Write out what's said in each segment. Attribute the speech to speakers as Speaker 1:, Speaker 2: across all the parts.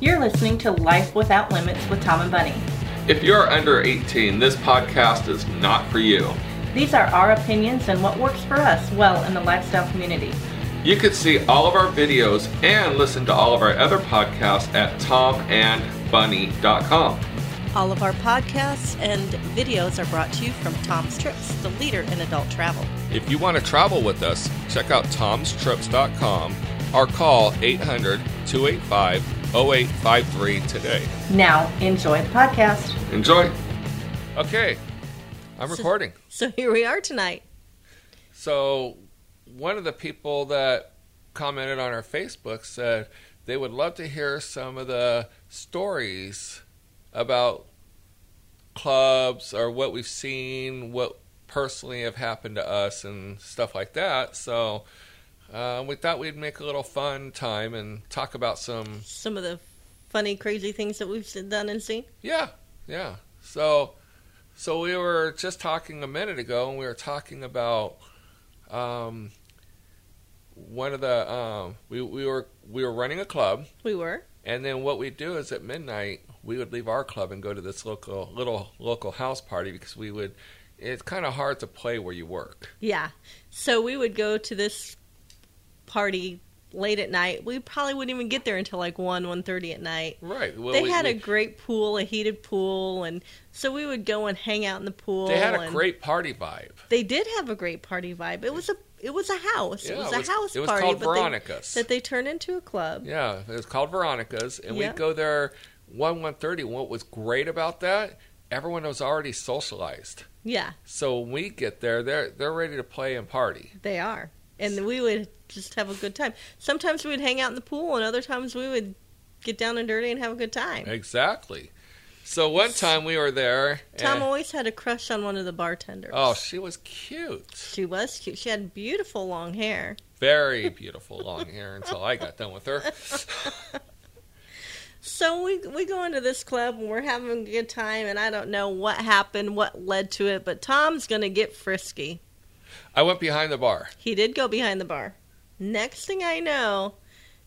Speaker 1: You're listening to Life Without Limits with Tom and Bunny.
Speaker 2: If you're under 18, this podcast is not for you.
Speaker 1: These are our opinions and what works for us well in the lifestyle community.
Speaker 2: You can see all of our videos and listen to all of our other podcasts at tomandbunny.com.
Speaker 3: All of our podcasts and videos are brought to you from Tom's Trips, the leader in adult travel.
Speaker 2: If you want to travel with us, check out tomstrips.com or call 800 285 0853 today.
Speaker 1: Now, enjoy the podcast.
Speaker 2: Enjoy. Okay, I'm recording.
Speaker 3: So here we are tonight.
Speaker 2: So, one of the people that commented on our Facebook said they would love to hear some of the stories about clubs or what we've seen, what personally have happened to us, and stuff like that. So, uh, we thought we'd make a little fun time and talk about some.
Speaker 3: Some of the funny, crazy things that we've done and seen.
Speaker 2: Yeah, yeah. So, so we were just talking a minute ago, and we were talking about um, one of the um, we we were we were running a club,
Speaker 3: We were.
Speaker 2: and then what we'd do is at midnight we would leave our club and go to this local little local house party because we would. It's kind of hard to play where you work.
Speaker 3: Yeah. So we would go to this party late at night. We probably wouldn't even get there until like 1, 1.30 at night.
Speaker 2: Right. Well,
Speaker 3: they
Speaker 2: we-
Speaker 3: had
Speaker 2: we-
Speaker 3: a great pool, a heated pool, and so we would go and hang out in the pool.
Speaker 2: they had a
Speaker 3: and
Speaker 2: great party vibe.
Speaker 3: They did have a great party vibe. It was a it was a house.
Speaker 2: Yeah,
Speaker 3: it was
Speaker 2: it
Speaker 3: a
Speaker 2: was-
Speaker 3: house
Speaker 2: it was
Speaker 3: party.
Speaker 2: called
Speaker 3: but they-
Speaker 2: Veronica's.
Speaker 3: that they turned into a club.
Speaker 2: Yeah, it was called Veronica's, and
Speaker 3: Yeah.
Speaker 2: we'd go there one one thirty. What was great about that? Everyone was already socialized,
Speaker 3: Yeah,
Speaker 2: so when we get there, they're they're ready to play and party.
Speaker 3: they are, and we would just have a good time. Sometimes we would hang out in the pool, and other times we would get down and dirty and have a good time.
Speaker 2: Exactly. So one time we were there.
Speaker 3: Tom
Speaker 2: and,
Speaker 3: always had a crush on one of the bartenders.
Speaker 2: oh, she was cute.
Speaker 3: she was cute. She had beautiful long hair.
Speaker 2: Very beautiful long hair until I got done with her.
Speaker 3: So we we go into this club and we're having a good time, and I don't know what happened, what led to it, but Tom's gonna get frisky.
Speaker 2: I went behind the bar.
Speaker 3: He did go behind the bar. Next thing I know,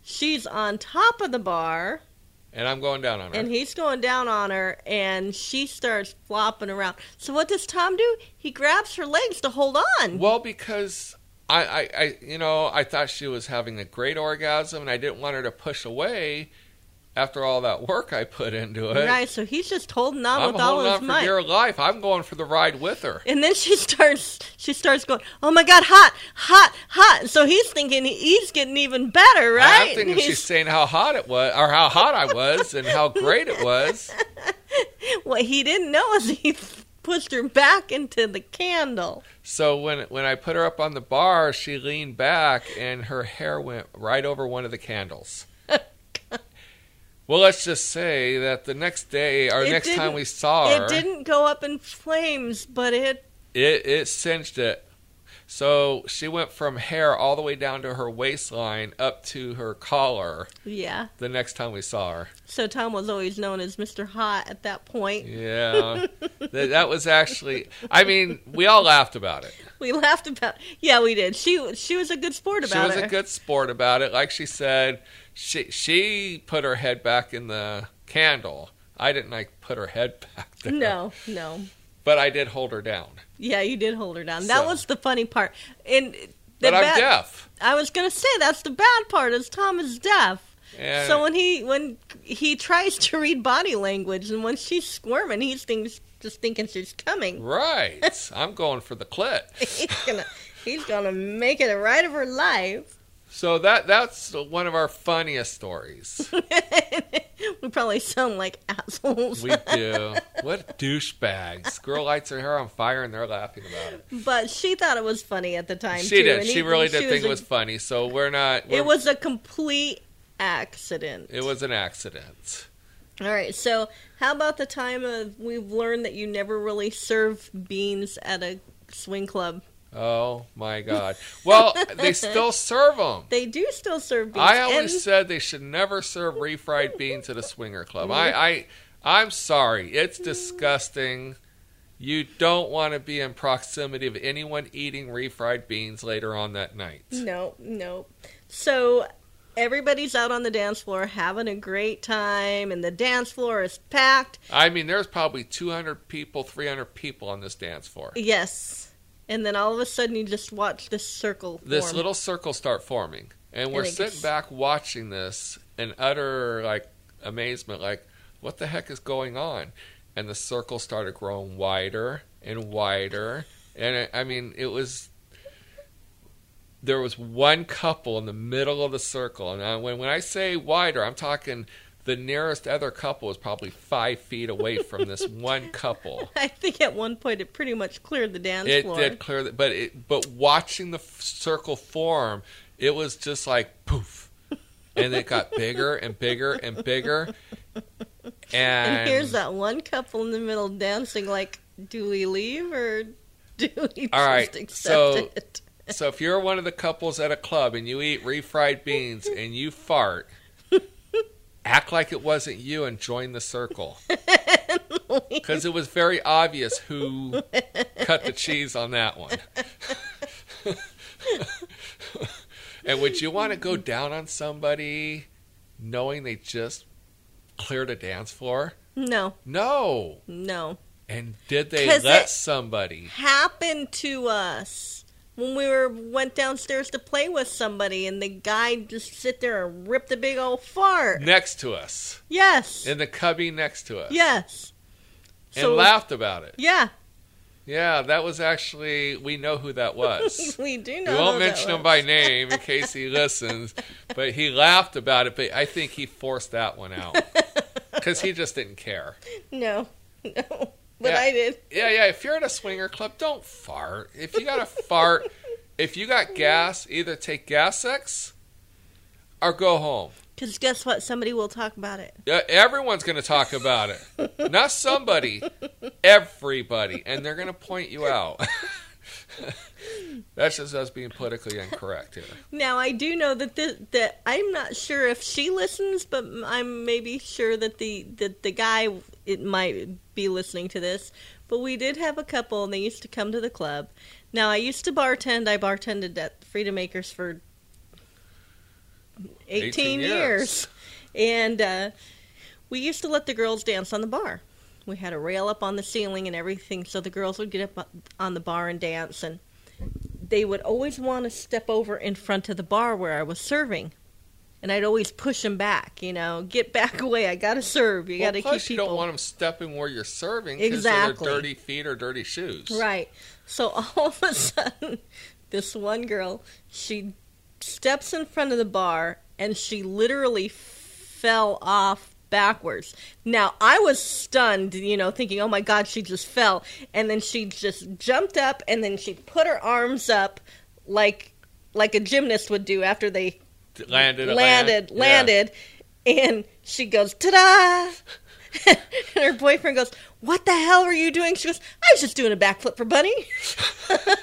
Speaker 3: she's on top of the bar.
Speaker 2: And I'm going down on her.
Speaker 3: and he's going down on her and she starts flopping around so what does tom do he grabs her legs to hold on
Speaker 2: well, because I, I, I, you know, I thought she was having a great orgasm, and I didn't want her to push away after all that work I put into it.
Speaker 3: right so he's just holding on
Speaker 2: I'm
Speaker 3: with all
Speaker 2: holding
Speaker 3: his
Speaker 2: on for
Speaker 3: might
Speaker 2: dear life. I'm going for the ride with her.
Speaker 3: and then she starts she starts going oh my god hot hot hot so he's thinking he's getting even better
Speaker 2: And
Speaker 3: right
Speaker 2: I'm thinking
Speaker 3: He's-
Speaker 2: she's saying how hot it was, or how hot I was, and how great it was.
Speaker 3: what he didn't know is he pushed her back into the candle
Speaker 2: So when when I put her up on the bar, she leaned back and her hair went right over one of the candles. well, let's just say that the next day or
Speaker 3: It
Speaker 2: next time
Speaker 3: didn't-
Speaker 2: we saw her,
Speaker 3: it didn't go up in flames but it
Speaker 2: it it singed it. So she went from hair all the way down to her waistline up to her collar
Speaker 3: yeah
Speaker 2: the next time we saw her.
Speaker 3: so tom was always known as mr hot at that point
Speaker 2: Yeah. that, that was actually I mean, we all laughed about it.
Speaker 3: We laughed about. Yeah, we did. She she was a good sport
Speaker 2: she
Speaker 3: about
Speaker 2: was
Speaker 3: it.
Speaker 2: a good sport about it. Like she said, she she put her head back in the candle. I didn't like put her head back there.
Speaker 3: no, no.
Speaker 2: but I did hold her down.
Speaker 3: Yeah, you did hold her down. That
Speaker 2: So.
Speaker 3: was the funny part. And the
Speaker 2: But I'm
Speaker 3: bad-
Speaker 2: deaf.
Speaker 3: I was gonna say that's the bad part is Tom is deaf.
Speaker 2: And
Speaker 3: So when he when he tries to read body language and when she's squirming, he's thinks, just thinking she's coming.
Speaker 2: right, I'm going for the clit.
Speaker 3: He's gonna he's gonna make it a right of her life.
Speaker 2: So that that's one of our funniest stories.
Speaker 3: we probably sound like assholes.
Speaker 2: We do. What douchebags! Girl lights her hair on fire and they're laughing about it.
Speaker 3: but she thought it was funny at the time.
Speaker 2: She
Speaker 3: too,
Speaker 2: did.
Speaker 3: and
Speaker 2: She
Speaker 3: he-
Speaker 2: really did think
Speaker 3: a
Speaker 2: it was funny. So we're not. We're,
Speaker 3: It was a complete accident.
Speaker 2: It was an accident.
Speaker 3: All right. So, how about the time of we've learned that you never really serve beans at a swing club?
Speaker 2: Oh my God! Well, they still serve them.
Speaker 3: They do still serve beans.
Speaker 2: I always
Speaker 3: and
Speaker 2: said they should never serve refried beans at a swinger club.
Speaker 3: Mm-hmm.
Speaker 2: I, I, I'm sorry, it's disgusting. You don't want to be in proximity of anyone eating refried beans later on that night.
Speaker 3: no, no. So, everybody's out on the dance floor having a great time, and the dance floor is packed.
Speaker 2: I mean, there's probably 200 people, 300 people on this dance floor.
Speaker 3: Yes. And then all of a sudden, you just watch this circle.
Speaker 2: This
Speaker 3: form.
Speaker 2: little circle start forming, and we're
Speaker 3: And it
Speaker 2: sitting
Speaker 3: gets-
Speaker 2: back watching this in utter like amazement, like what the heck is going on? And the circle started growing wider and wider, and it, I mean, it was. There was one couple in the middle of the circle, and I, when when I say wider, I'm talking the nearest other couple was probably five feet away from this one couple.
Speaker 3: I think at one point it pretty much cleared the dance
Speaker 2: It
Speaker 3: floor.
Speaker 2: did clear that, but it but watching the f- circle form, it was just like poof, and it got bigger and bigger and bigger. And,
Speaker 3: And, here's that one couple in the middle dancing like, do we leave or do we
Speaker 2: All
Speaker 3: just
Speaker 2: right,
Speaker 3: accept
Speaker 2: so-
Speaker 3: it?
Speaker 2: So if you're one of the couples at a club and you eat refried beans and you fart, act like it wasn't you and join the circle because it was very obvious who cut the cheese on that one. and would you want to go down on somebody knowing they just cleared a dance floor?
Speaker 3: No,
Speaker 2: No.
Speaker 3: no.
Speaker 2: And did they
Speaker 3: 'Cause
Speaker 2: let
Speaker 3: it-
Speaker 2: somebody?
Speaker 3: Happened to us when we were went downstairs to play with somebody and the guy just sit there and rip the big old fart.
Speaker 2: Next to us,
Speaker 3: Yes.
Speaker 2: in the cubby next to us.
Speaker 3: yes.
Speaker 2: and
Speaker 3: So-
Speaker 2: laughed about it.
Speaker 3: Yeah,
Speaker 2: Yeah, that was actually we know who that was.
Speaker 3: we do
Speaker 2: we
Speaker 3: know.
Speaker 2: won't
Speaker 3: who that
Speaker 2: mention
Speaker 3: was.
Speaker 2: him by name in case he listens, but he laughed about it. But I think he forced that one out because he just didn't care.
Speaker 3: No, no. But
Speaker 2: Yeah.
Speaker 3: I did.
Speaker 2: Yeah, yeah. If you're at a swinger club, don't fart. If you got to fart, if you got gas, either take gas sex or go home.
Speaker 3: Because guess what? Somebody will talk about it.
Speaker 2: Yeah, Uh, Everyone's going to talk about it. Not somebody, everybody. And they're going to point you out. That's just us being politically incorrect here.
Speaker 3: Now I do know that this, that I'm not sure if she listens, but m- I'm maybe sure that the that the guy it might be listening to this. But we did have a couple, and they used to come to the club. Now I used to bartend. I bartended at Freedom Acres for 18,
Speaker 2: 18 years.
Speaker 3: years, and uh, we used to let the girls dance on the bar. We had a rail up on the ceiling and everything, so the girls would get up on the bar and dance and they would always want to step over in front of the bar where I was serving. And I'd always push them back, you know, get back away. I got to serve. You got to
Speaker 2: Well, plus,
Speaker 3: keep
Speaker 2: you
Speaker 3: people.
Speaker 2: don't want them stepping where you're serving because
Speaker 3: Exactly.
Speaker 2: they're dirty feet or dirty shoes.
Speaker 3: Right. So all of a sudden, this one girl, she steps in front of the bar and she literally fell off backwards. Now, I was stunned, you know, thinking, oh my God, she just fell. And then she just jumped up and then she put her arms up like like a gymnast would do after they
Speaker 2: D- Landed, it
Speaker 3: landed,
Speaker 2: land-
Speaker 3: landed, and she goes, "Ta-da!" and her boyfriend goes, "What the hell were you doing?" She goes, "I was just doing a backflip for Bunny."
Speaker 2: Yeah.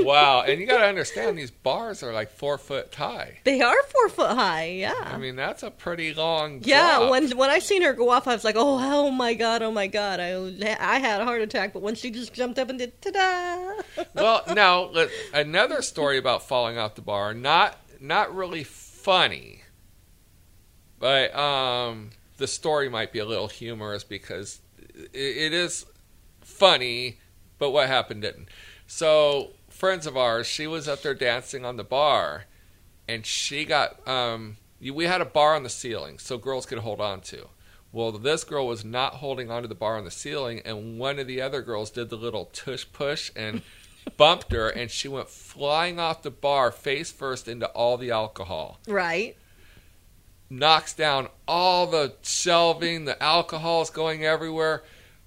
Speaker 2: Wow. And you got to understand, these bars are like four foot high.
Speaker 3: They are four foot high, yeah.
Speaker 2: I mean, that's a pretty long.
Speaker 3: yeah,
Speaker 2: drop.
Speaker 3: when when I seen her go off, I was like, "Oh, oh my god, oh my god!" I I had a heart attack. But when she just jumped up and did ta-da,
Speaker 2: well, now let, another story about falling off the bar. Not not really funny, but um, the story might be a little humorous because it, it is funny. But what happened didn't. So friends of ours, she was up there dancing on the bar, and she got um, you- we had a bar on the ceiling so girls could hold on to. Well, this girl was not holding onto the bar on the ceiling, and one of the other girls did the little tush push and bumped her, and she went flying off the bar face first into all the alcohol.
Speaker 3: right?
Speaker 2: Knocks down all the shelving, the alcohol's going everywhere.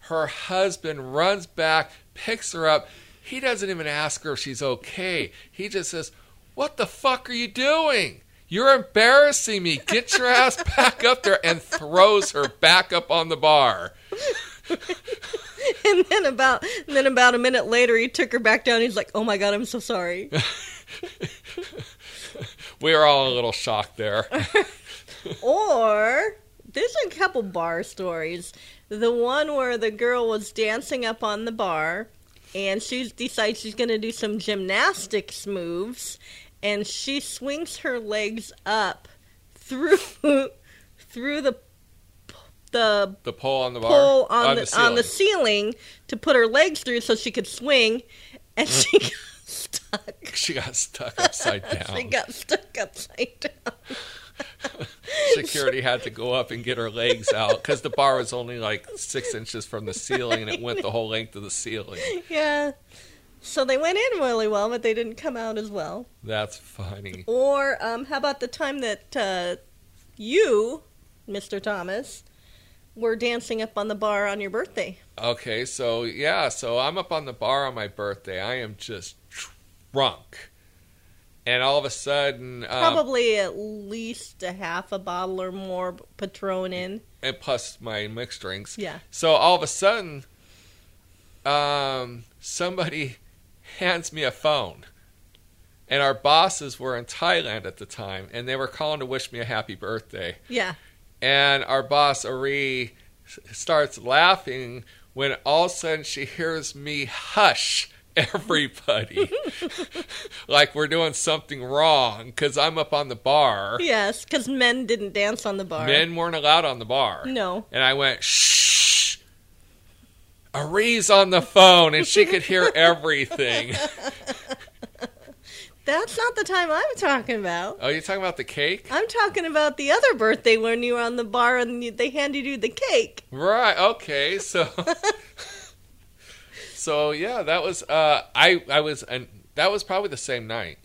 Speaker 2: Her husband runs back, picks her up. He doesn't even ask her if she's okay. He just says, What the fuck are you doing? You're embarrassing me. Get your ass back up there and throws her back up on the bar.
Speaker 3: And then about and then about a minute later, he took her back down. He's like, "Oh my god, I'm so sorry."
Speaker 2: We are all a little shocked there.
Speaker 3: Or there's a couple bar stories. The one where the girl was dancing up on the bar and she decides she's going to do some gymnastics moves and she swings her legs up through through the the
Speaker 2: The pole on the bar.
Speaker 3: pole on, the, on the
Speaker 2: ceiling.
Speaker 3: ceiling to put her legs through so she could swing, and she got stuck.
Speaker 2: She got stuck upside down.
Speaker 3: She got stuck upside down.
Speaker 2: Security had to go up and get her legs out because the bar was only like six inches from the ceiling and it went the whole length of the ceiling.
Speaker 3: Yeah. So they went in really well, but they didn't come out as well.
Speaker 2: That's funny.
Speaker 3: Or um, how about the time that uh, you, Mr. Thomas, were dancing up on the bar on your birthday?
Speaker 2: Okay, so yeah, so I'm up on the bar on my birthday. I am just drunk. And all of a sudden, um,
Speaker 3: Probably at least a half a bottle or more Patron in.
Speaker 2: and plus my mixed drinks.
Speaker 3: Yeah.
Speaker 2: So all of a sudden, um, somebody hands me a phone. And our bosses were in Thailand at the time, and they were calling to wish me a happy birthday.
Speaker 3: Yeah.
Speaker 2: And our boss, Ari, s- starts laughing when all of a sudden she hears me hush everybody. like we're doing something wrong because I'm up on the bar.
Speaker 3: Yes, because men didn't dance on the bar.
Speaker 2: Men weren't allowed on the bar.
Speaker 3: No.
Speaker 2: And I went, shh. Ari's on the phone and she could hear everything.
Speaker 3: That's not the time I'm talking about.
Speaker 2: oh, you're talking about the cake?
Speaker 3: I'm talking about the other birthday when you were on the bar and you- they handed you the cake.
Speaker 2: Right. Okay. So. so yeah, that was. Uh, I I was and that was probably the same night.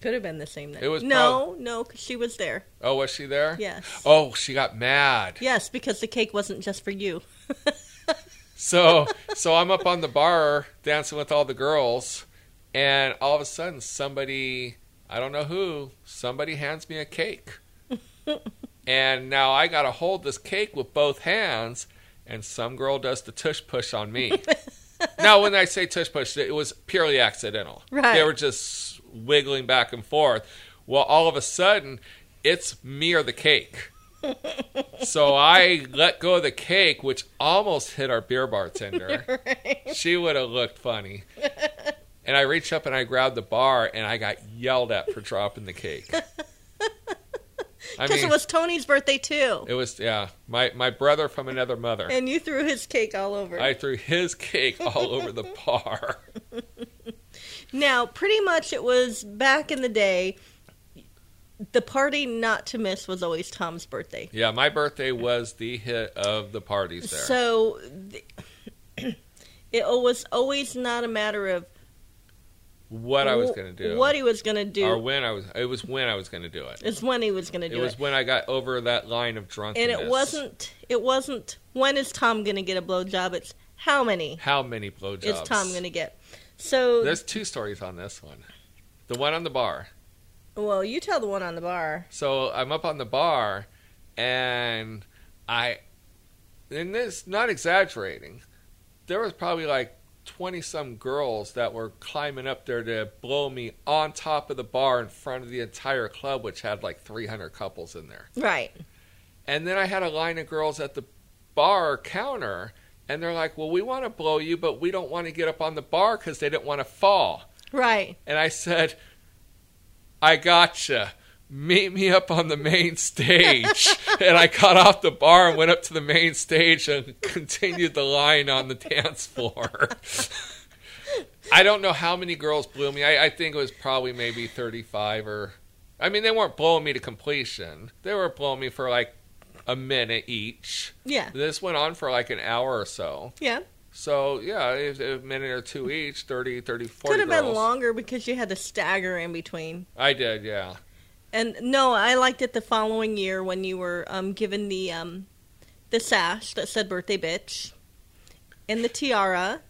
Speaker 3: Could have been the same night.
Speaker 2: It was
Speaker 3: no, no, 'cause she was there.
Speaker 2: Oh, was she there?
Speaker 3: Yes.
Speaker 2: Oh, she got mad.
Speaker 3: Yes, because the cake wasn't just for you.
Speaker 2: So so I'm up on the bar dancing with all the girls, and all of a sudden somebody I don't know who somebody hands me a cake, and now I gotta hold this cake with both hands, and some girl does the tush push on me. now when I say tush push, it was purely accidental.
Speaker 3: Right.
Speaker 2: They were just wiggling back and forth. Well, all of a sudden, it's me or the cake. So I let go of the cake, which almost hit our beer bartender. She would have looked funny. And I reached up and I grabbed the bar, and I got yelled at for dropping the cake. I
Speaker 3: Because
Speaker 2: mean,
Speaker 3: it was Tony's birthday too.
Speaker 2: it was yeah, my my brother from another mother.
Speaker 3: And you threw his cake all over.
Speaker 2: I threw his cake all over the bar.
Speaker 3: Now, pretty much it was back in the day, the party not to miss was always Tom's birthday.
Speaker 2: Yeah, my birthday was the hit of the parties there.
Speaker 3: So th- it was always not a matter of
Speaker 2: what I was
Speaker 3: wh-
Speaker 2: going to do,
Speaker 3: What he was going to
Speaker 2: or
Speaker 3: do
Speaker 2: when I was, it was when I was going to do it.
Speaker 3: is when he was going to
Speaker 2: It
Speaker 3: do
Speaker 2: was
Speaker 3: it.
Speaker 2: when I got over that line of
Speaker 3: And
Speaker 2: drunkenness.
Speaker 3: it wasn't it wasn't when is Tom going to get a blowjob? It's how many
Speaker 2: How many blowjobs?
Speaker 3: is Tom going to get? So
Speaker 2: There's two stories on this one. The one on the bar.
Speaker 3: well, you tell the one on the bar.
Speaker 2: So I'm up on the bar, and I, and this not exaggerating, there was probably like twenty some girls that were climbing up there to blow me on top of the bar in front of the entire club, which had like 300 couples in there.
Speaker 3: Right.
Speaker 2: And then I had a line of girls at the bar counter, and they're like, "Well, we want to blow you, but we don't want to get up on the bar because they didn't want to fall."
Speaker 3: Right.
Speaker 2: and I said, "I gotcha. Meet me up on the main stage." and I got off the bar and went up to the main stage and continued the line on the dance floor. I don't know how many girls blew me. I, I think it was probably maybe thirty-five or. I mean, they weren't blowing me to completion. They were blowing me for like a minute each.
Speaker 3: Yeah.
Speaker 2: This went on for like an hour or so.
Speaker 3: Yeah.
Speaker 2: So, yeah, a a minute or two each, 30, 30, 40
Speaker 3: Could have been
Speaker 2: girls.
Speaker 3: longer because you had to stagger in between.
Speaker 2: I did, yeah.
Speaker 3: And no, I liked it the following year when you were um, given the um, the sash that said "birthday bitch," and the tiara,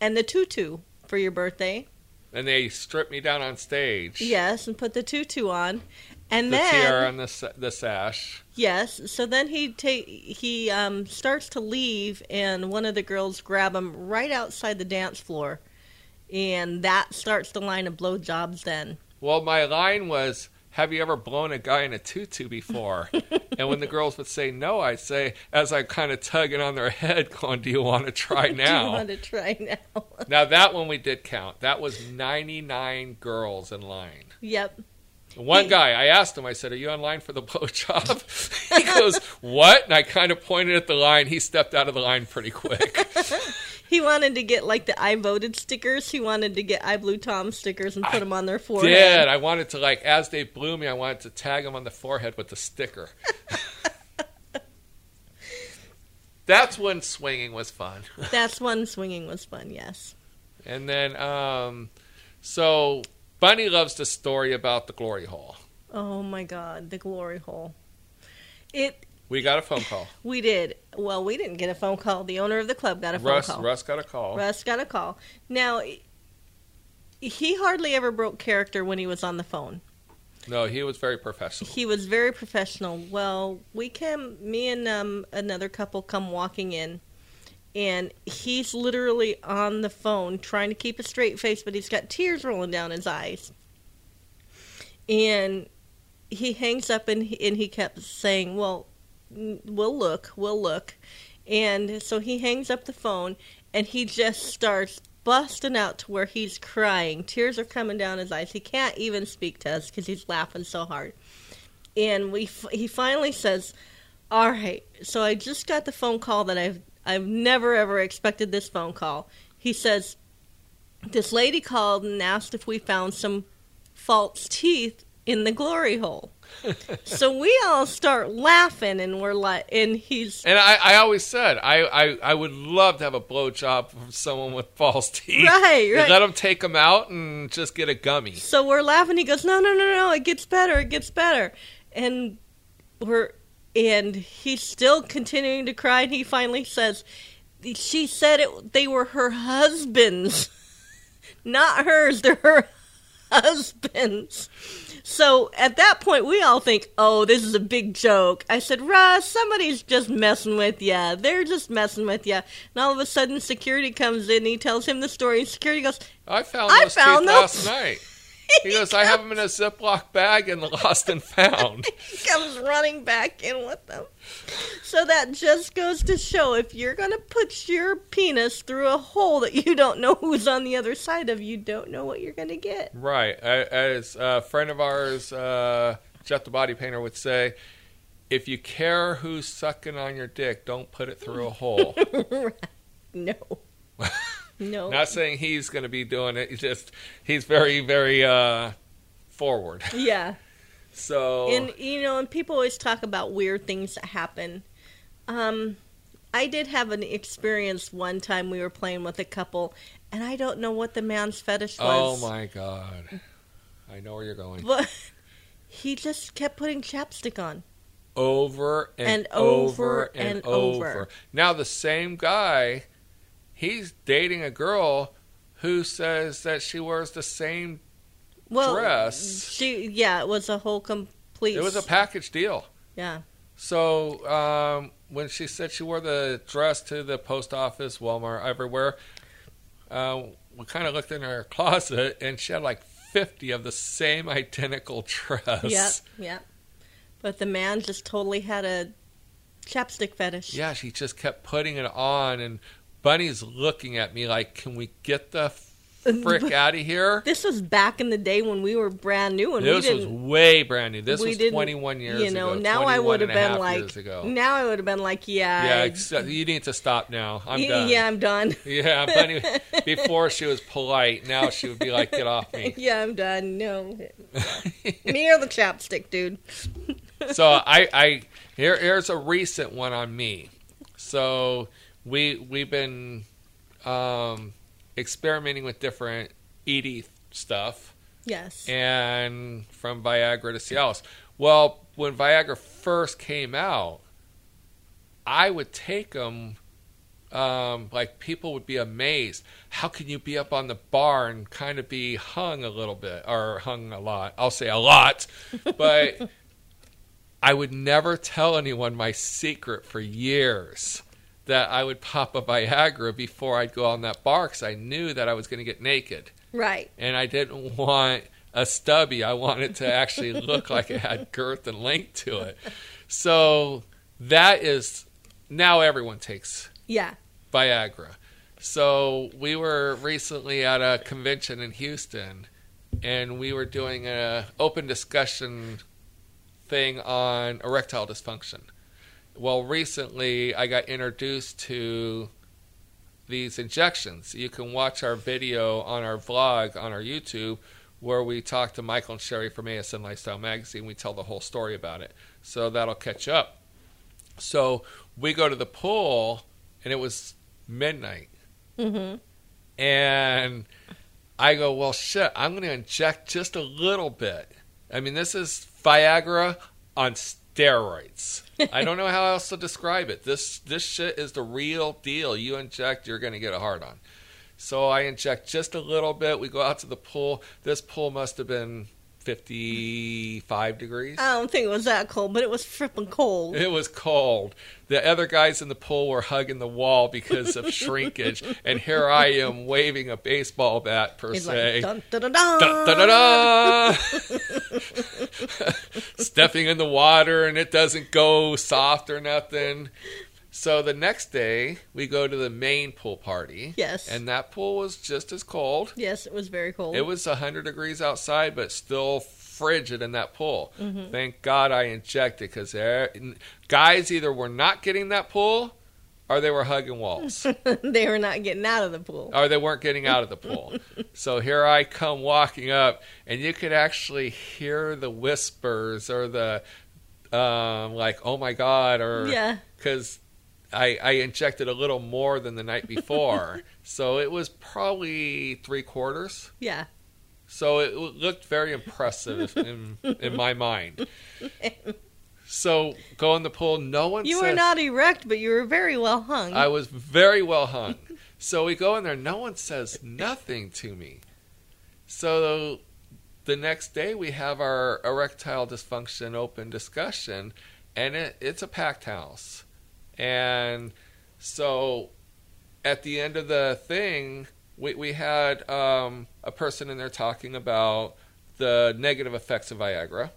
Speaker 3: and the tutu for your birthday.
Speaker 2: and they stripped me down on stage.
Speaker 3: Yes, and put the tutu on, and
Speaker 2: the
Speaker 3: then
Speaker 2: tiara and the sa- the sash.
Speaker 3: yes. So then he ta- he um, starts to leave, and one of the girls grab him right outside the dance floor, and that starts the line of blowjobs. Then
Speaker 2: Well, my line was, "Have you ever blown a guy in a tutu before?" and when the girls would say no, I'd say, as I'm kind of tugging on their head, going, "Do you want to try
Speaker 3: do you
Speaker 2: now?"
Speaker 3: want to try now?
Speaker 2: now that one we did count. That was 99 girls in line.
Speaker 3: Yep.
Speaker 2: One guy, I asked him, I said, Are you online for the blowjob? he goes, What? And I kind of pointed at the line. He stepped out of the line pretty quick.
Speaker 3: He wanted to get like the I voted stickers. He wanted to get I blew Tom stickers and put them on their forehead.
Speaker 2: Did I wanted to, like, as they blew me, I wanted to tag him on the forehead with the sticker. That's when swinging was fun.
Speaker 3: That's when swinging was fun. Yes.
Speaker 2: And then, um, so Bunny loves the story about the glory hole.
Speaker 3: Oh my God, the glory hole. It.
Speaker 2: We got a phone call.
Speaker 3: We did. Well, we didn't get a phone call. The owner of the club got a phone
Speaker 2: Russ,
Speaker 3: call.
Speaker 2: Russ got a call.
Speaker 3: Russ got a call. Now, he hardly ever broke character when he was on the phone.
Speaker 2: No, he was very professional.
Speaker 3: He was very professional. Well, we came, me and um, another couple come walking in, and he's literally on the phone trying to keep a straight face, but he's got tears rolling down his eyes. And he hangs up and he, and he kept saying, "Well, n- we'll look, we'll look." And so he hangs up the phone and he just starts busting out to where he's crying. Tears are coming down his eyes. He can't even speak to us because he's laughing so hard. And we f- he finally says, "All right, so I just got the phone call that I've I've never ever expected this phone call." He says, "This lady called and asked if we found some false teeth in the glory hole." so we all start laughing and we're like and he's
Speaker 2: And I, I always said I, I, I would love to have a blowjob from someone with false teeth.
Speaker 3: Right,
Speaker 2: And
Speaker 3: right.
Speaker 2: let them take them out and just get a gummy.
Speaker 3: So we're laughing. He goes, "No, no, no, no! It gets better. It gets better." And we're and he's still continuing to cry. And he finally says, "She said it. They were her husbands, not hers. They're her husbands." So at that point, we all think, "Oh, this is a big joke." I said, "Russ, somebody's just messing with ya. They're just messing with ya." And all of a sudden, security comes in. And he tells him the story. And security goes,
Speaker 2: I found
Speaker 3: I
Speaker 2: those
Speaker 3: found
Speaker 2: teeth
Speaker 3: those-
Speaker 2: last night. He goes, I have them in a Ziploc bag in the lost and found.
Speaker 3: comes running back in with them. So that just goes to show if you're going to put your penis through a hole that you don't know who's on the other side of, you don't know what you're going to get.
Speaker 2: Right. A- As a friend of ours, uh, Jeff the Body Painter, would say, if you care who's sucking on your dick, don't put it through a hole.
Speaker 3: No. No.
Speaker 2: Not saying he's going to be doing it. He's just he's very, very uh, forward.
Speaker 3: yeah.
Speaker 2: So
Speaker 3: And you know, and people always talk about weird things that happen. Um, I did have an experience one time we were playing with a couple, and I don't know what the man's fetish
Speaker 2: Oh
Speaker 3: was.
Speaker 2: my god. I know where you're going.
Speaker 3: But he just kept putting chapstick on.
Speaker 2: Over and,
Speaker 3: And
Speaker 2: over,
Speaker 3: over
Speaker 2: and,
Speaker 3: and
Speaker 2: over.
Speaker 3: over.
Speaker 2: Now the same guy, he's dating a girl who says that she wears the same
Speaker 3: well,
Speaker 2: dress.
Speaker 3: She, yeah, it was a whole complete.
Speaker 2: It was a package deal.
Speaker 3: yeah,
Speaker 2: So um, when she said she wore the dress to the post office, Walmart, everywhere, uh, we kind of looked in her closet and she had like 50 of the same identical dress.
Speaker 3: yep, yep. But the man just totally had a chapstick fetish.
Speaker 2: Yeah, she just kept putting it on, and Bunny's looking at me like, "Can we get the frick out of here?"
Speaker 3: This was back in the day when we were brand new, and we
Speaker 2: This was
Speaker 3: didn't.
Speaker 2: way brand new. This
Speaker 3: we
Speaker 2: was
Speaker 3: didn't,
Speaker 2: 21 years
Speaker 3: You know,
Speaker 2: ago.
Speaker 3: now I
Speaker 2: 21
Speaker 3: would
Speaker 2: and
Speaker 3: have
Speaker 2: a
Speaker 3: been
Speaker 2: half
Speaker 3: like,
Speaker 2: years ago.
Speaker 3: now I would have been like, yeah,
Speaker 2: yeah,
Speaker 3: I-
Speaker 2: ex- you need to stop now. I'm
Speaker 3: y-
Speaker 2: done.
Speaker 3: yeah, I'm done.
Speaker 2: Yeah, Bunny. before she was polite. Now she would be like, "Get off me."
Speaker 3: yeah, I'm done. No, me or the chapstick, dude.
Speaker 2: So I, I here, here's a recent one on me. So we we've been um, experimenting with different ED stuff.
Speaker 3: Yes.
Speaker 2: and from Viagra to Cialis. Well, when Viagra first came out, I would take them. Um, like people would be amazed. How can you be up on the bar and kind of be hung a little bit or hung a lot? I'll say a lot, but I would never tell anyone my secret for years that I would pop a Viagra before I'd go on that bar because I knew that I was going to get naked
Speaker 3: right.
Speaker 2: and I didn't want a stubby. I wanted to actually look like it had girth and length to it. So that is now everyone takes
Speaker 3: Yeah.
Speaker 2: Viagra. So we were recently at a convention in Houston and we were doing a open discussion thing on erectile dysfunction. Well, recently I got introduced to these injections. You can watch our video on our vlog on our YouTube where we talk to Michael and Sherry from ASN Lifestyle Magazine. We tell the whole story about it. So that'll catch up. So we go to the pool and it was midnight.
Speaker 3: Mm-hmm.
Speaker 2: And I go, well, shit, I'm going to inject just a little bit. I mean, this is Viagra on steroids. I don't know how else to describe it. This this shit is the real deal. You inject, you're going to get a hard on. So I inject just a little bit. We go out to the pool. This pool must have been 55 degrees.
Speaker 3: I don't think it was that cold, but it was frippin' cold.
Speaker 2: It was cold. The other guys in the pool were hugging the wall because of shrinkage, and here I am waving a baseball bat per
Speaker 3: It's like
Speaker 2: se.
Speaker 3: dun dun dun dun.
Speaker 2: Dun, dun, dun, dun. Stepping in the water and it doesn't go soft or nothing. So the next day, we go to the main pool party.
Speaker 3: Yes.
Speaker 2: And that pool was just as cold.
Speaker 3: Yes, it was very cold.
Speaker 2: It was 100 degrees outside, but still frigid in that pool. Thank God I injected because guys either were not getting that pool or they were hugging walls
Speaker 3: they were not getting out of the pool.
Speaker 2: or they weren't getting out of the pool. so here I come walking up, and you could actually hear the whispers or the um, like, oh my God, or
Speaker 3: Yeah.
Speaker 2: because I, I injected a little more than the night before. so it was probably three quarters.
Speaker 3: Yeah.
Speaker 2: So it w- looked very impressive in, in my mind. So go in the pool. No one
Speaker 3: You
Speaker 2: said,
Speaker 3: were not erect, but you were very well hung.
Speaker 2: I was very well hung. So we go in there. No one says nothing to me. So the next day we have our erectile dysfunction open discussion, and it, it's a packed house. And so at the end of the thing, we, we had um, a person in there talking about the negative effects of Viagra.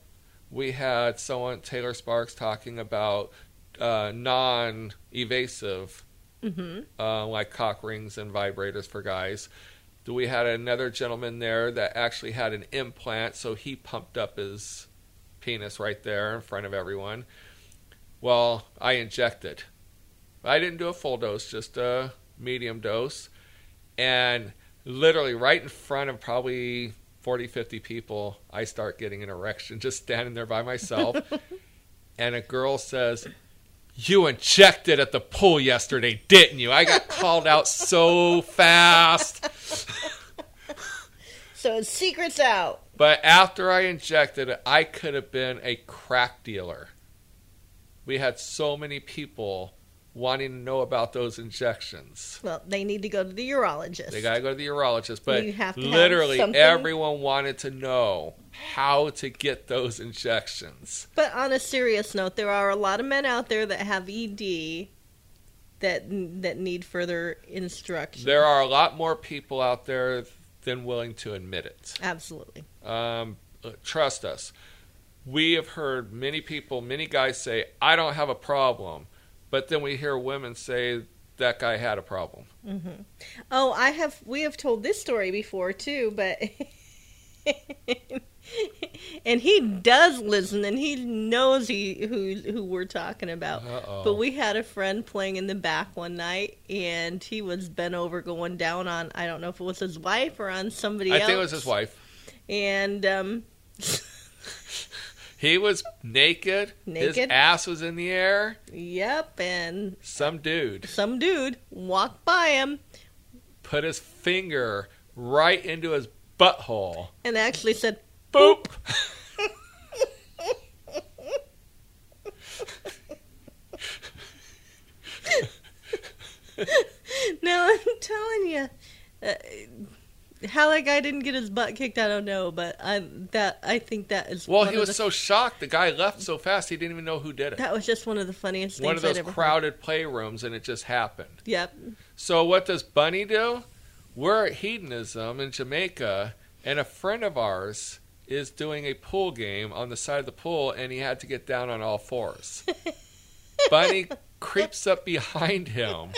Speaker 2: We had someone, Taylor Sparks, talking about uh, non evasive,
Speaker 3: Mhm.
Speaker 2: uh, like cock rings and vibrators for guys. We had another gentleman there that actually had an implant, so he pumped up his penis right there in front of everyone. Well, I injected. I didn't do a full dose, just a medium dose. And literally right in front of probably 40, 50 people, I start getting an erection just standing there by myself. and a girl says, You injected at the pool yesterday, didn't you? I got called out so fast.
Speaker 3: So his secret's out.
Speaker 2: But after I injected it, I could have been a crack dealer. We had so many people wanting to know about those injections.
Speaker 3: Well, they need to go to the urologist.
Speaker 2: They gotta go to the urologist, but
Speaker 3: You have to have
Speaker 2: literally
Speaker 3: something-
Speaker 2: everyone wanted to know how to get those injections.
Speaker 3: But on a serious note, there are a lot of men out there that have ED that that need further instruction.
Speaker 2: There are a lot more people out there than willing to admit it.
Speaker 3: Absolutely.
Speaker 2: Um, uh, trust us. We have heard many people, many guys say, I don't have a problem. But then we hear women say, that guy had a problem.
Speaker 3: Oh, I have. We have told this story before too, but. and he does listen, and he knows he who who we're talking about.
Speaker 2: Uh-oh.
Speaker 3: But we had a friend playing in the back one night, and he was bent over, going down on I don't know if it was his wife or on somebody
Speaker 2: I
Speaker 3: else.
Speaker 2: think it was his wife.
Speaker 3: And um,
Speaker 2: He was naked. His
Speaker 3: Naked?
Speaker 2: ass was in the air.
Speaker 3: yep, and
Speaker 2: Some dude
Speaker 3: some dude walked by him
Speaker 2: put his finger right into his butthole.
Speaker 3: and actually said,
Speaker 2: Boop.
Speaker 3: "No, I'm telling you, uh, how that guy didn't get his butt kicked, I don't know, but I that I think that is
Speaker 2: Well,
Speaker 3: one
Speaker 2: he
Speaker 3: of
Speaker 2: was
Speaker 3: the-
Speaker 2: so shocked. The guy left so fast, he didn't even know who did it.
Speaker 3: that was just one of the funniest
Speaker 2: One of
Speaker 3: things I'd
Speaker 2: those
Speaker 3: ever heard.
Speaker 2: crowded playrooms, and it just happened.
Speaker 3: Yep,
Speaker 2: So what does Bunny do? We're at Hedonism in Jamaica, and a friend of ours is doing a pool game on the side of the pool, and he had to get down on all fours. Bunny creeps up behind him,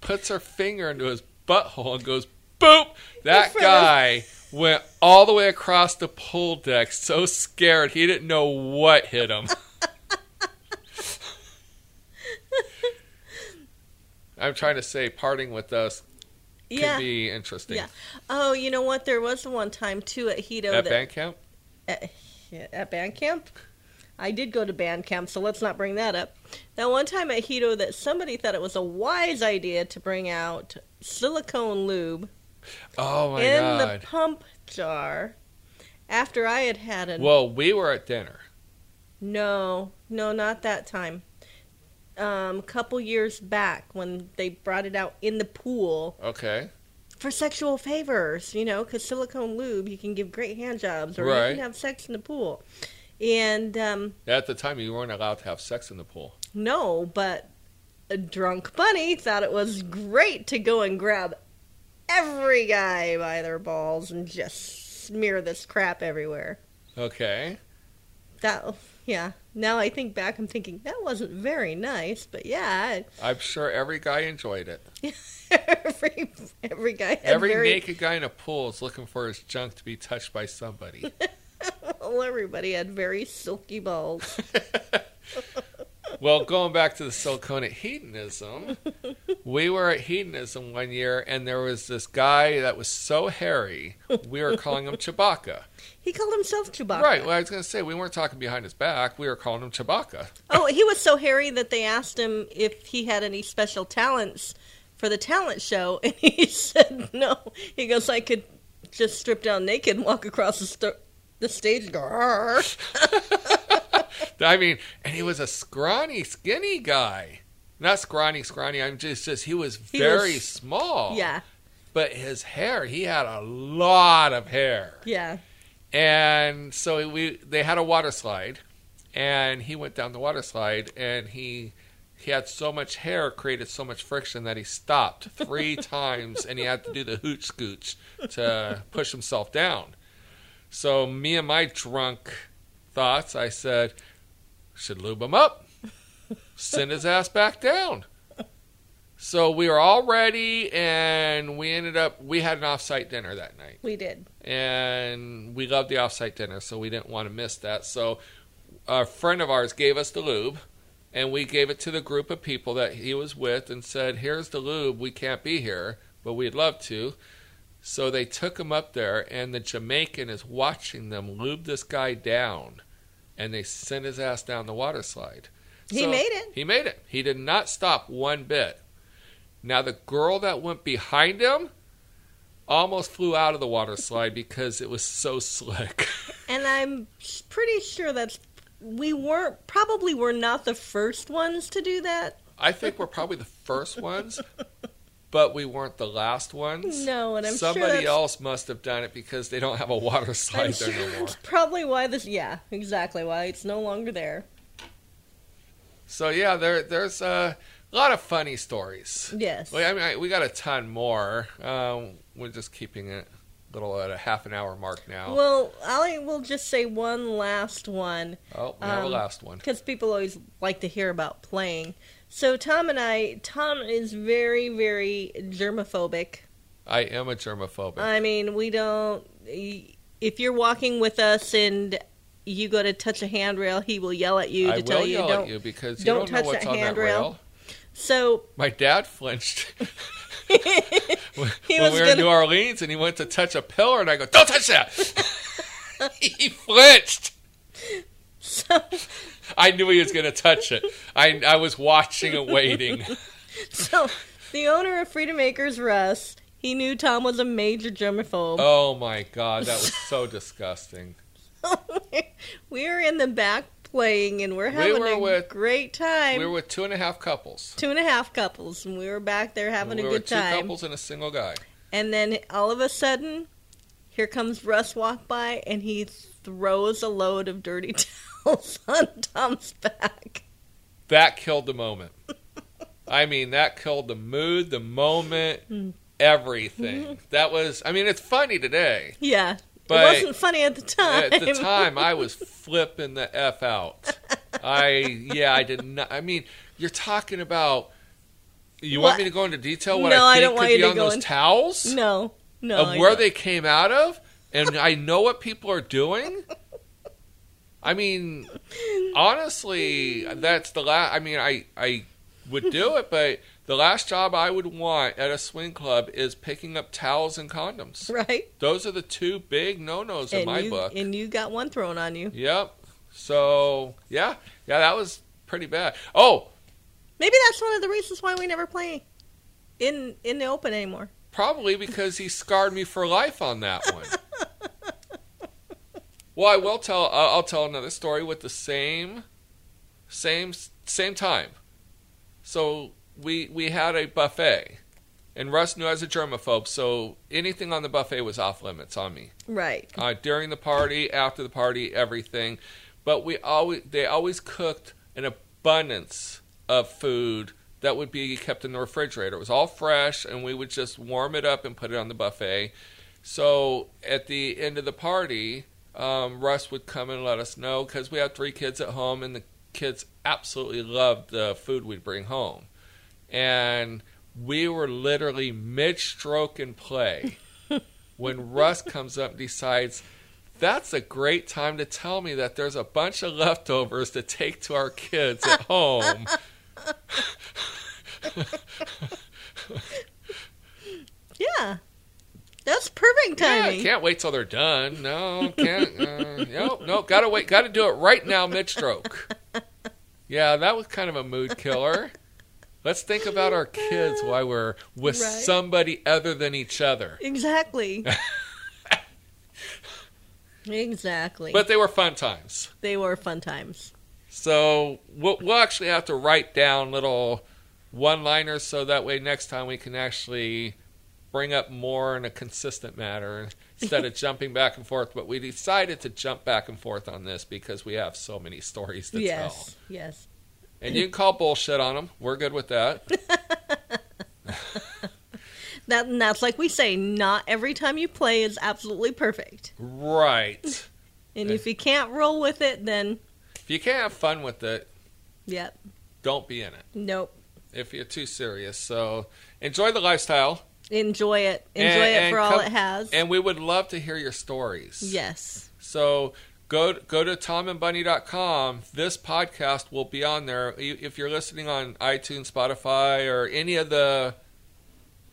Speaker 2: puts her finger into his butthole, and goes boop. That
Speaker 3: friend-
Speaker 2: guy went all the way across the pool deck, so scared he didn't know what hit him. I'm trying to say parting with us could
Speaker 3: yeah.
Speaker 2: be interesting.
Speaker 3: Yeah. Oh, you know what? There was one time too at Hito
Speaker 2: At
Speaker 3: that
Speaker 2: band camp?
Speaker 3: at, at band camp. I did go to band camp, so let's not bring that up. That one time at Hito that somebody thought it was a wise idea to bring out silicone lube
Speaker 2: Oh my
Speaker 3: in
Speaker 2: god.
Speaker 3: the pump jar after I had had a
Speaker 2: well, we were at dinner.
Speaker 3: no, no, not that time. Um, couple years back when they brought it out in the pool
Speaker 2: Okay.
Speaker 3: for sexual favors, you know, because silicone lube, you can give great hand jobs or you
Speaker 2: Right.
Speaker 3: can have sex in the pool. And um,
Speaker 2: At the time you weren't allowed to have sex in the pool.
Speaker 3: no, but a drunk bunny thought it was great to go and grab every guy by their balls and just smear this crap everywhere.
Speaker 2: Okay.
Speaker 3: That, yeah. Now I think back, I'm thinking that wasn't very nice, but yeah,
Speaker 2: I'm sure every guy enjoyed it.
Speaker 3: every every guy had
Speaker 2: Every
Speaker 3: very
Speaker 2: naked guy in a pool is looking for his junk to be touched by somebody.
Speaker 3: well, everybody had very silky balls.
Speaker 2: well, going back to the silicone at hedonism, we were at hedonism one year, and there was this guy that was so hairy, we were calling him Chewbacca.
Speaker 3: he called himself Chewbacca.
Speaker 2: Right. Well, I was going to say we weren't talking behind his back; we were calling him Chewbacca.
Speaker 3: Oh, he was so hairy that they asked him if he had any special talents for the talent show, and he said no. He goes, I could just strip down naked and walk across the, sto- the stage and go, "Arr."
Speaker 2: I mean, and he was a scrawny, skinny guy. Not scrawny, scrawny. I'm just, just he was
Speaker 3: He
Speaker 2: very
Speaker 3: was-
Speaker 2: small.
Speaker 3: Yeah,
Speaker 2: But his hair, he had a lot of hair.
Speaker 3: yeah.
Speaker 2: And so we they had a water slide, and he went down the water slide, and he he had so much hair created so much friction that he stopped three times, and he had to do the hooch scooch to push himself down. So me and my drunk thoughts, I said, should lube him up, send his ass back down. So we were all ready, and we ended up we had an offsite dinner that night
Speaker 3: We did.
Speaker 2: and we loved the offsite dinner, so we didn't want to miss that. So a friend of ours gave us the lube, and we gave it to the group of people that he was with and said, "Here's the lube. We can't be here, but we'd love to." So they took him up there, and the Jamaican is watching them lube this guy down, and they sent his ass down the water slide.
Speaker 3: He
Speaker 2: So-
Speaker 3: made it.
Speaker 2: He made it. He did not stop one bit. Now the girl that went behind him almost flew out of the water slide because it was so slick.
Speaker 3: And I'm s- pretty sure that's we weren't probably were not the first ones to do that.
Speaker 2: I think we're probably the first ones, but we weren't the last ones.
Speaker 3: No, and I'm sure
Speaker 2: somebody
Speaker 3: that's-
Speaker 2: else must have done it because they don't have a water slide
Speaker 3: I'm
Speaker 2: there
Speaker 3: sure
Speaker 2: no more.
Speaker 3: that's probably why this. Yeah, exactly why it's no longer there.
Speaker 2: So yeah, there there's a lot of funny stories.
Speaker 3: Yes.
Speaker 2: Well, I mean, I, we got a ton more. Um, we're just keeping it little at a half an hour mark now.
Speaker 3: Well, I will just say one last one
Speaker 2: oh, we have a
Speaker 3: um,
Speaker 2: last one.
Speaker 3: because people always like to hear about playing. So Tom and I, Tom is very, very germophobic.
Speaker 2: I am a germaphobic.
Speaker 3: I mean, we don't. If you're walking with us and you go to touch a handrail, he will yell at you to
Speaker 2: I will
Speaker 3: tell you
Speaker 2: yell
Speaker 3: don't.
Speaker 2: at you because you
Speaker 3: don't
Speaker 2: don't,
Speaker 3: touch
Speaker 2: know what's
Speaker 3: that
Speaker 2: on that
Speaker 3: handrail.
Speaker 2: rail.
Speaker 3: So
Speaker 2: My dad flinched when
Speaker 3: He
Speaker 2: when
Speaker 3: was
Speaker 2: we were in
Speaker 3: gonna-
Speaker 2: New Orleans, and he went to touch a pillar, and I go, "Don't touch that." he flinched.
Speaker 3: So-
Speaker 2: I knew he was going to touch it. I I was watching and waiting.
Speaker 3: so the owner of Freedom Acres, Russ, he knew Tom was a major germaphobe.
Speaker 2: Oh my god, that was so disgusting.
Speaker 3: we were in the back playing, and we're having
Speaker 2: were
Speaker 3: a
Speaker 2: with-
Speaker 3: great time.
Speaker 2: We were with two and a half couples.
Speaker 3: two and a half couples, and we were back there having
Speaker 2: we
Speaker 3: a
Speaker 2: were
Speaker 3: good
Speaker 2: two
Speaker 3: time.
Speaker 2: couples and a single guy.
Speaker 3: And then all of a sudden, here comes Russ walk by, and he throws a load of dirty towels on Tom's back.
Speaker 2: that killed the moment. I mean, that killed the mood, the
Speaker 3: Hmm.
Speaker 2: moment, everything. That was, I mean, it's funny today.
Speaker 3: Yeah,
Speaker 2: But-
Speaker 3: it wasn't funny at the time.
Speaker 2: At the time, I was flipping the F out. I, yeah, I did not. I mean, you're talking about, you
Speaker 3: What?
Speaker 2: want me to go into detail what
Speaker 3: No, I
Speaker 2: I think
Speaker 3: don't
Speaker 2: could
Speaker 3: want
Speaker 2: be
Speaker 3: you to
Speaker 2: on
Speaker 3: go
Speaker 2: those
Speaker 3: in-
Speaker 2: towels?
Speaker 3: no, no,
Speaker 2: Of
Speaker 3: I
Speaker 2: where
Speaker 3: don't.
Speaker 2: they came out of? and I know what people are doing. I mean, honestly, that's the last. I mean, I I would do it, but the last job I would want at a swing club is picking up towels and condoms.
Speaker 3: right?
Speaker 2: Those are the two big no nos in
Speaker 3: and
Speaker 2: my
Speaker 3: you
Speaker 2: book.
Speaker 3: and you got one thrown on you.
Speaker 2: Yep. So yeah, yeah, that was pretty bad. Oh,
Speaker 3: Maybe that's one of the reasons why we never play in in the open anymore.
Speaker 2: probably because he scarred me for life on that one. well, I will tell. I'll I'll tell another story with the same, same, same time. So we we had a buffet, and Russ knew I was a germaphobe, so anything on the buffet was off limits on me.
Speaker 3: Right.
Speaker 2: uh, during the party, after the party, everything. But we always they always cooked an abundance of food that would be kept in the refrigerator. It was all fresh, and we would just warm it up and put it on the buffet. So at the end of the party, um, Russ would come and let us know because we had three kids at home, and the kids absolutely loved the food we'd bring home. And we were literally mid stroke in play when Russ comes up and decides that's a great time to tell me that there's a bunch of leftovers to take to our kids at home.
Speaker 3: Yeah. That's perfect
Speaker 2: yeah,
Speaker 3: timing.
Speaker 2: can't wait till they're done. No, can't. Uh, no, no, gotta wait. Gotta do it right now, mid stroke. Yeah, that was kind of a mood killer. Let's think about our kids while we're with
Speaker 3: Right.
Speaker 2: somebody other than each other.
Speaker 3: exactly. exactly.
Speaker 2: But they were fun times.
Speaker 3: they were fun times.
Speaker 2: So we'll, we'll actually have to write down little one liners so that way next time we can actually bring up more in a consistent manner instead of jumping back and forth. But we decided to jump back and forth on this because we have so many stories to
Speaker 3: yes.
Speaker 2: tell.
Speaker 3: Yes.
Speaker 2: And you can call bullshit on them. We're good with that.
Speaker 3: That and that's like we say, not every time you play is absolutely perfect.
Speaker 2: right. If
Speaker 3: And if you can't roll with it, then
Speaker 2: you can't have fun with it,
Speaker 3: yep.
Speaker 2: don't be in it
Speaker 3: Nope.
Speaker 2: if you're too serious. So enjoy the lifestyle.
Speaker 3: Enjoy it. Enjoy
Speaker 2: And-
Speaker 3: it
Speaker 2: and
Speaker 3: for all
Speaker 2: come-
Speaker 3: it has.
Speaker 2: And we would love to hear your stories.
Speaker 3: yes.
Speaker 2: So go go to tomandbunny.com. This podcast will be on there. You- If you're listening on iTunes, Spotify, or any of the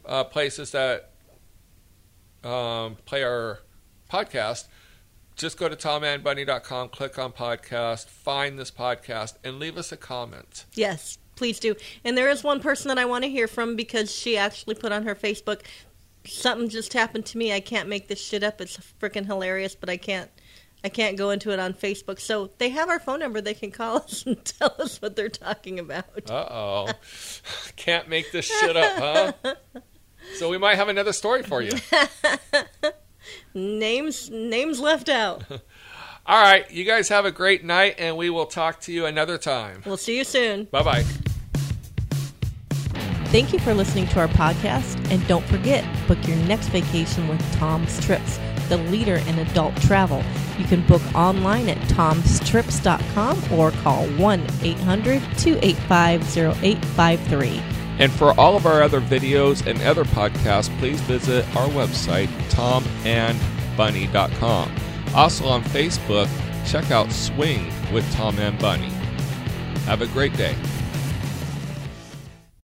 Speaker 2: uh, places that um, play our podcast, just go to tomandbunny.com, click on podcast, find this podcast, and leave us a comment.
Speaker 3: Yes, please do. And there is one person that I want to hear from because she actually put on her Facebook, something just happened to me. I can't make this shit up. It's freaking hilarious, but I can't. I can't go into it on Facebook. So they have our phone number. They can call us and tell us what they're talking about.
Speaker 2: Uh oh. Can't make this shit up, huh? So we might have another story for you.
Speaker 3: Names names left out.
Speaker 2: All right. You guys have a great night, and we will talk to you another time.
Speaker 3: We'll see you soon.
Speaker 2: Bye bye.
Speaker 3: Thank you for listening to our podcast. And don't forget, book your next vacation with Tom's Trips, the leader in adult travel. You can book online at tomstrips.com or call 1 800 285 0853.
Speaker 2: And for all of our other videos and other podcasts, please visit our website, tomandbunny.com. Also on Facebook, check out Swing with Tom and Bunny. Have a great day.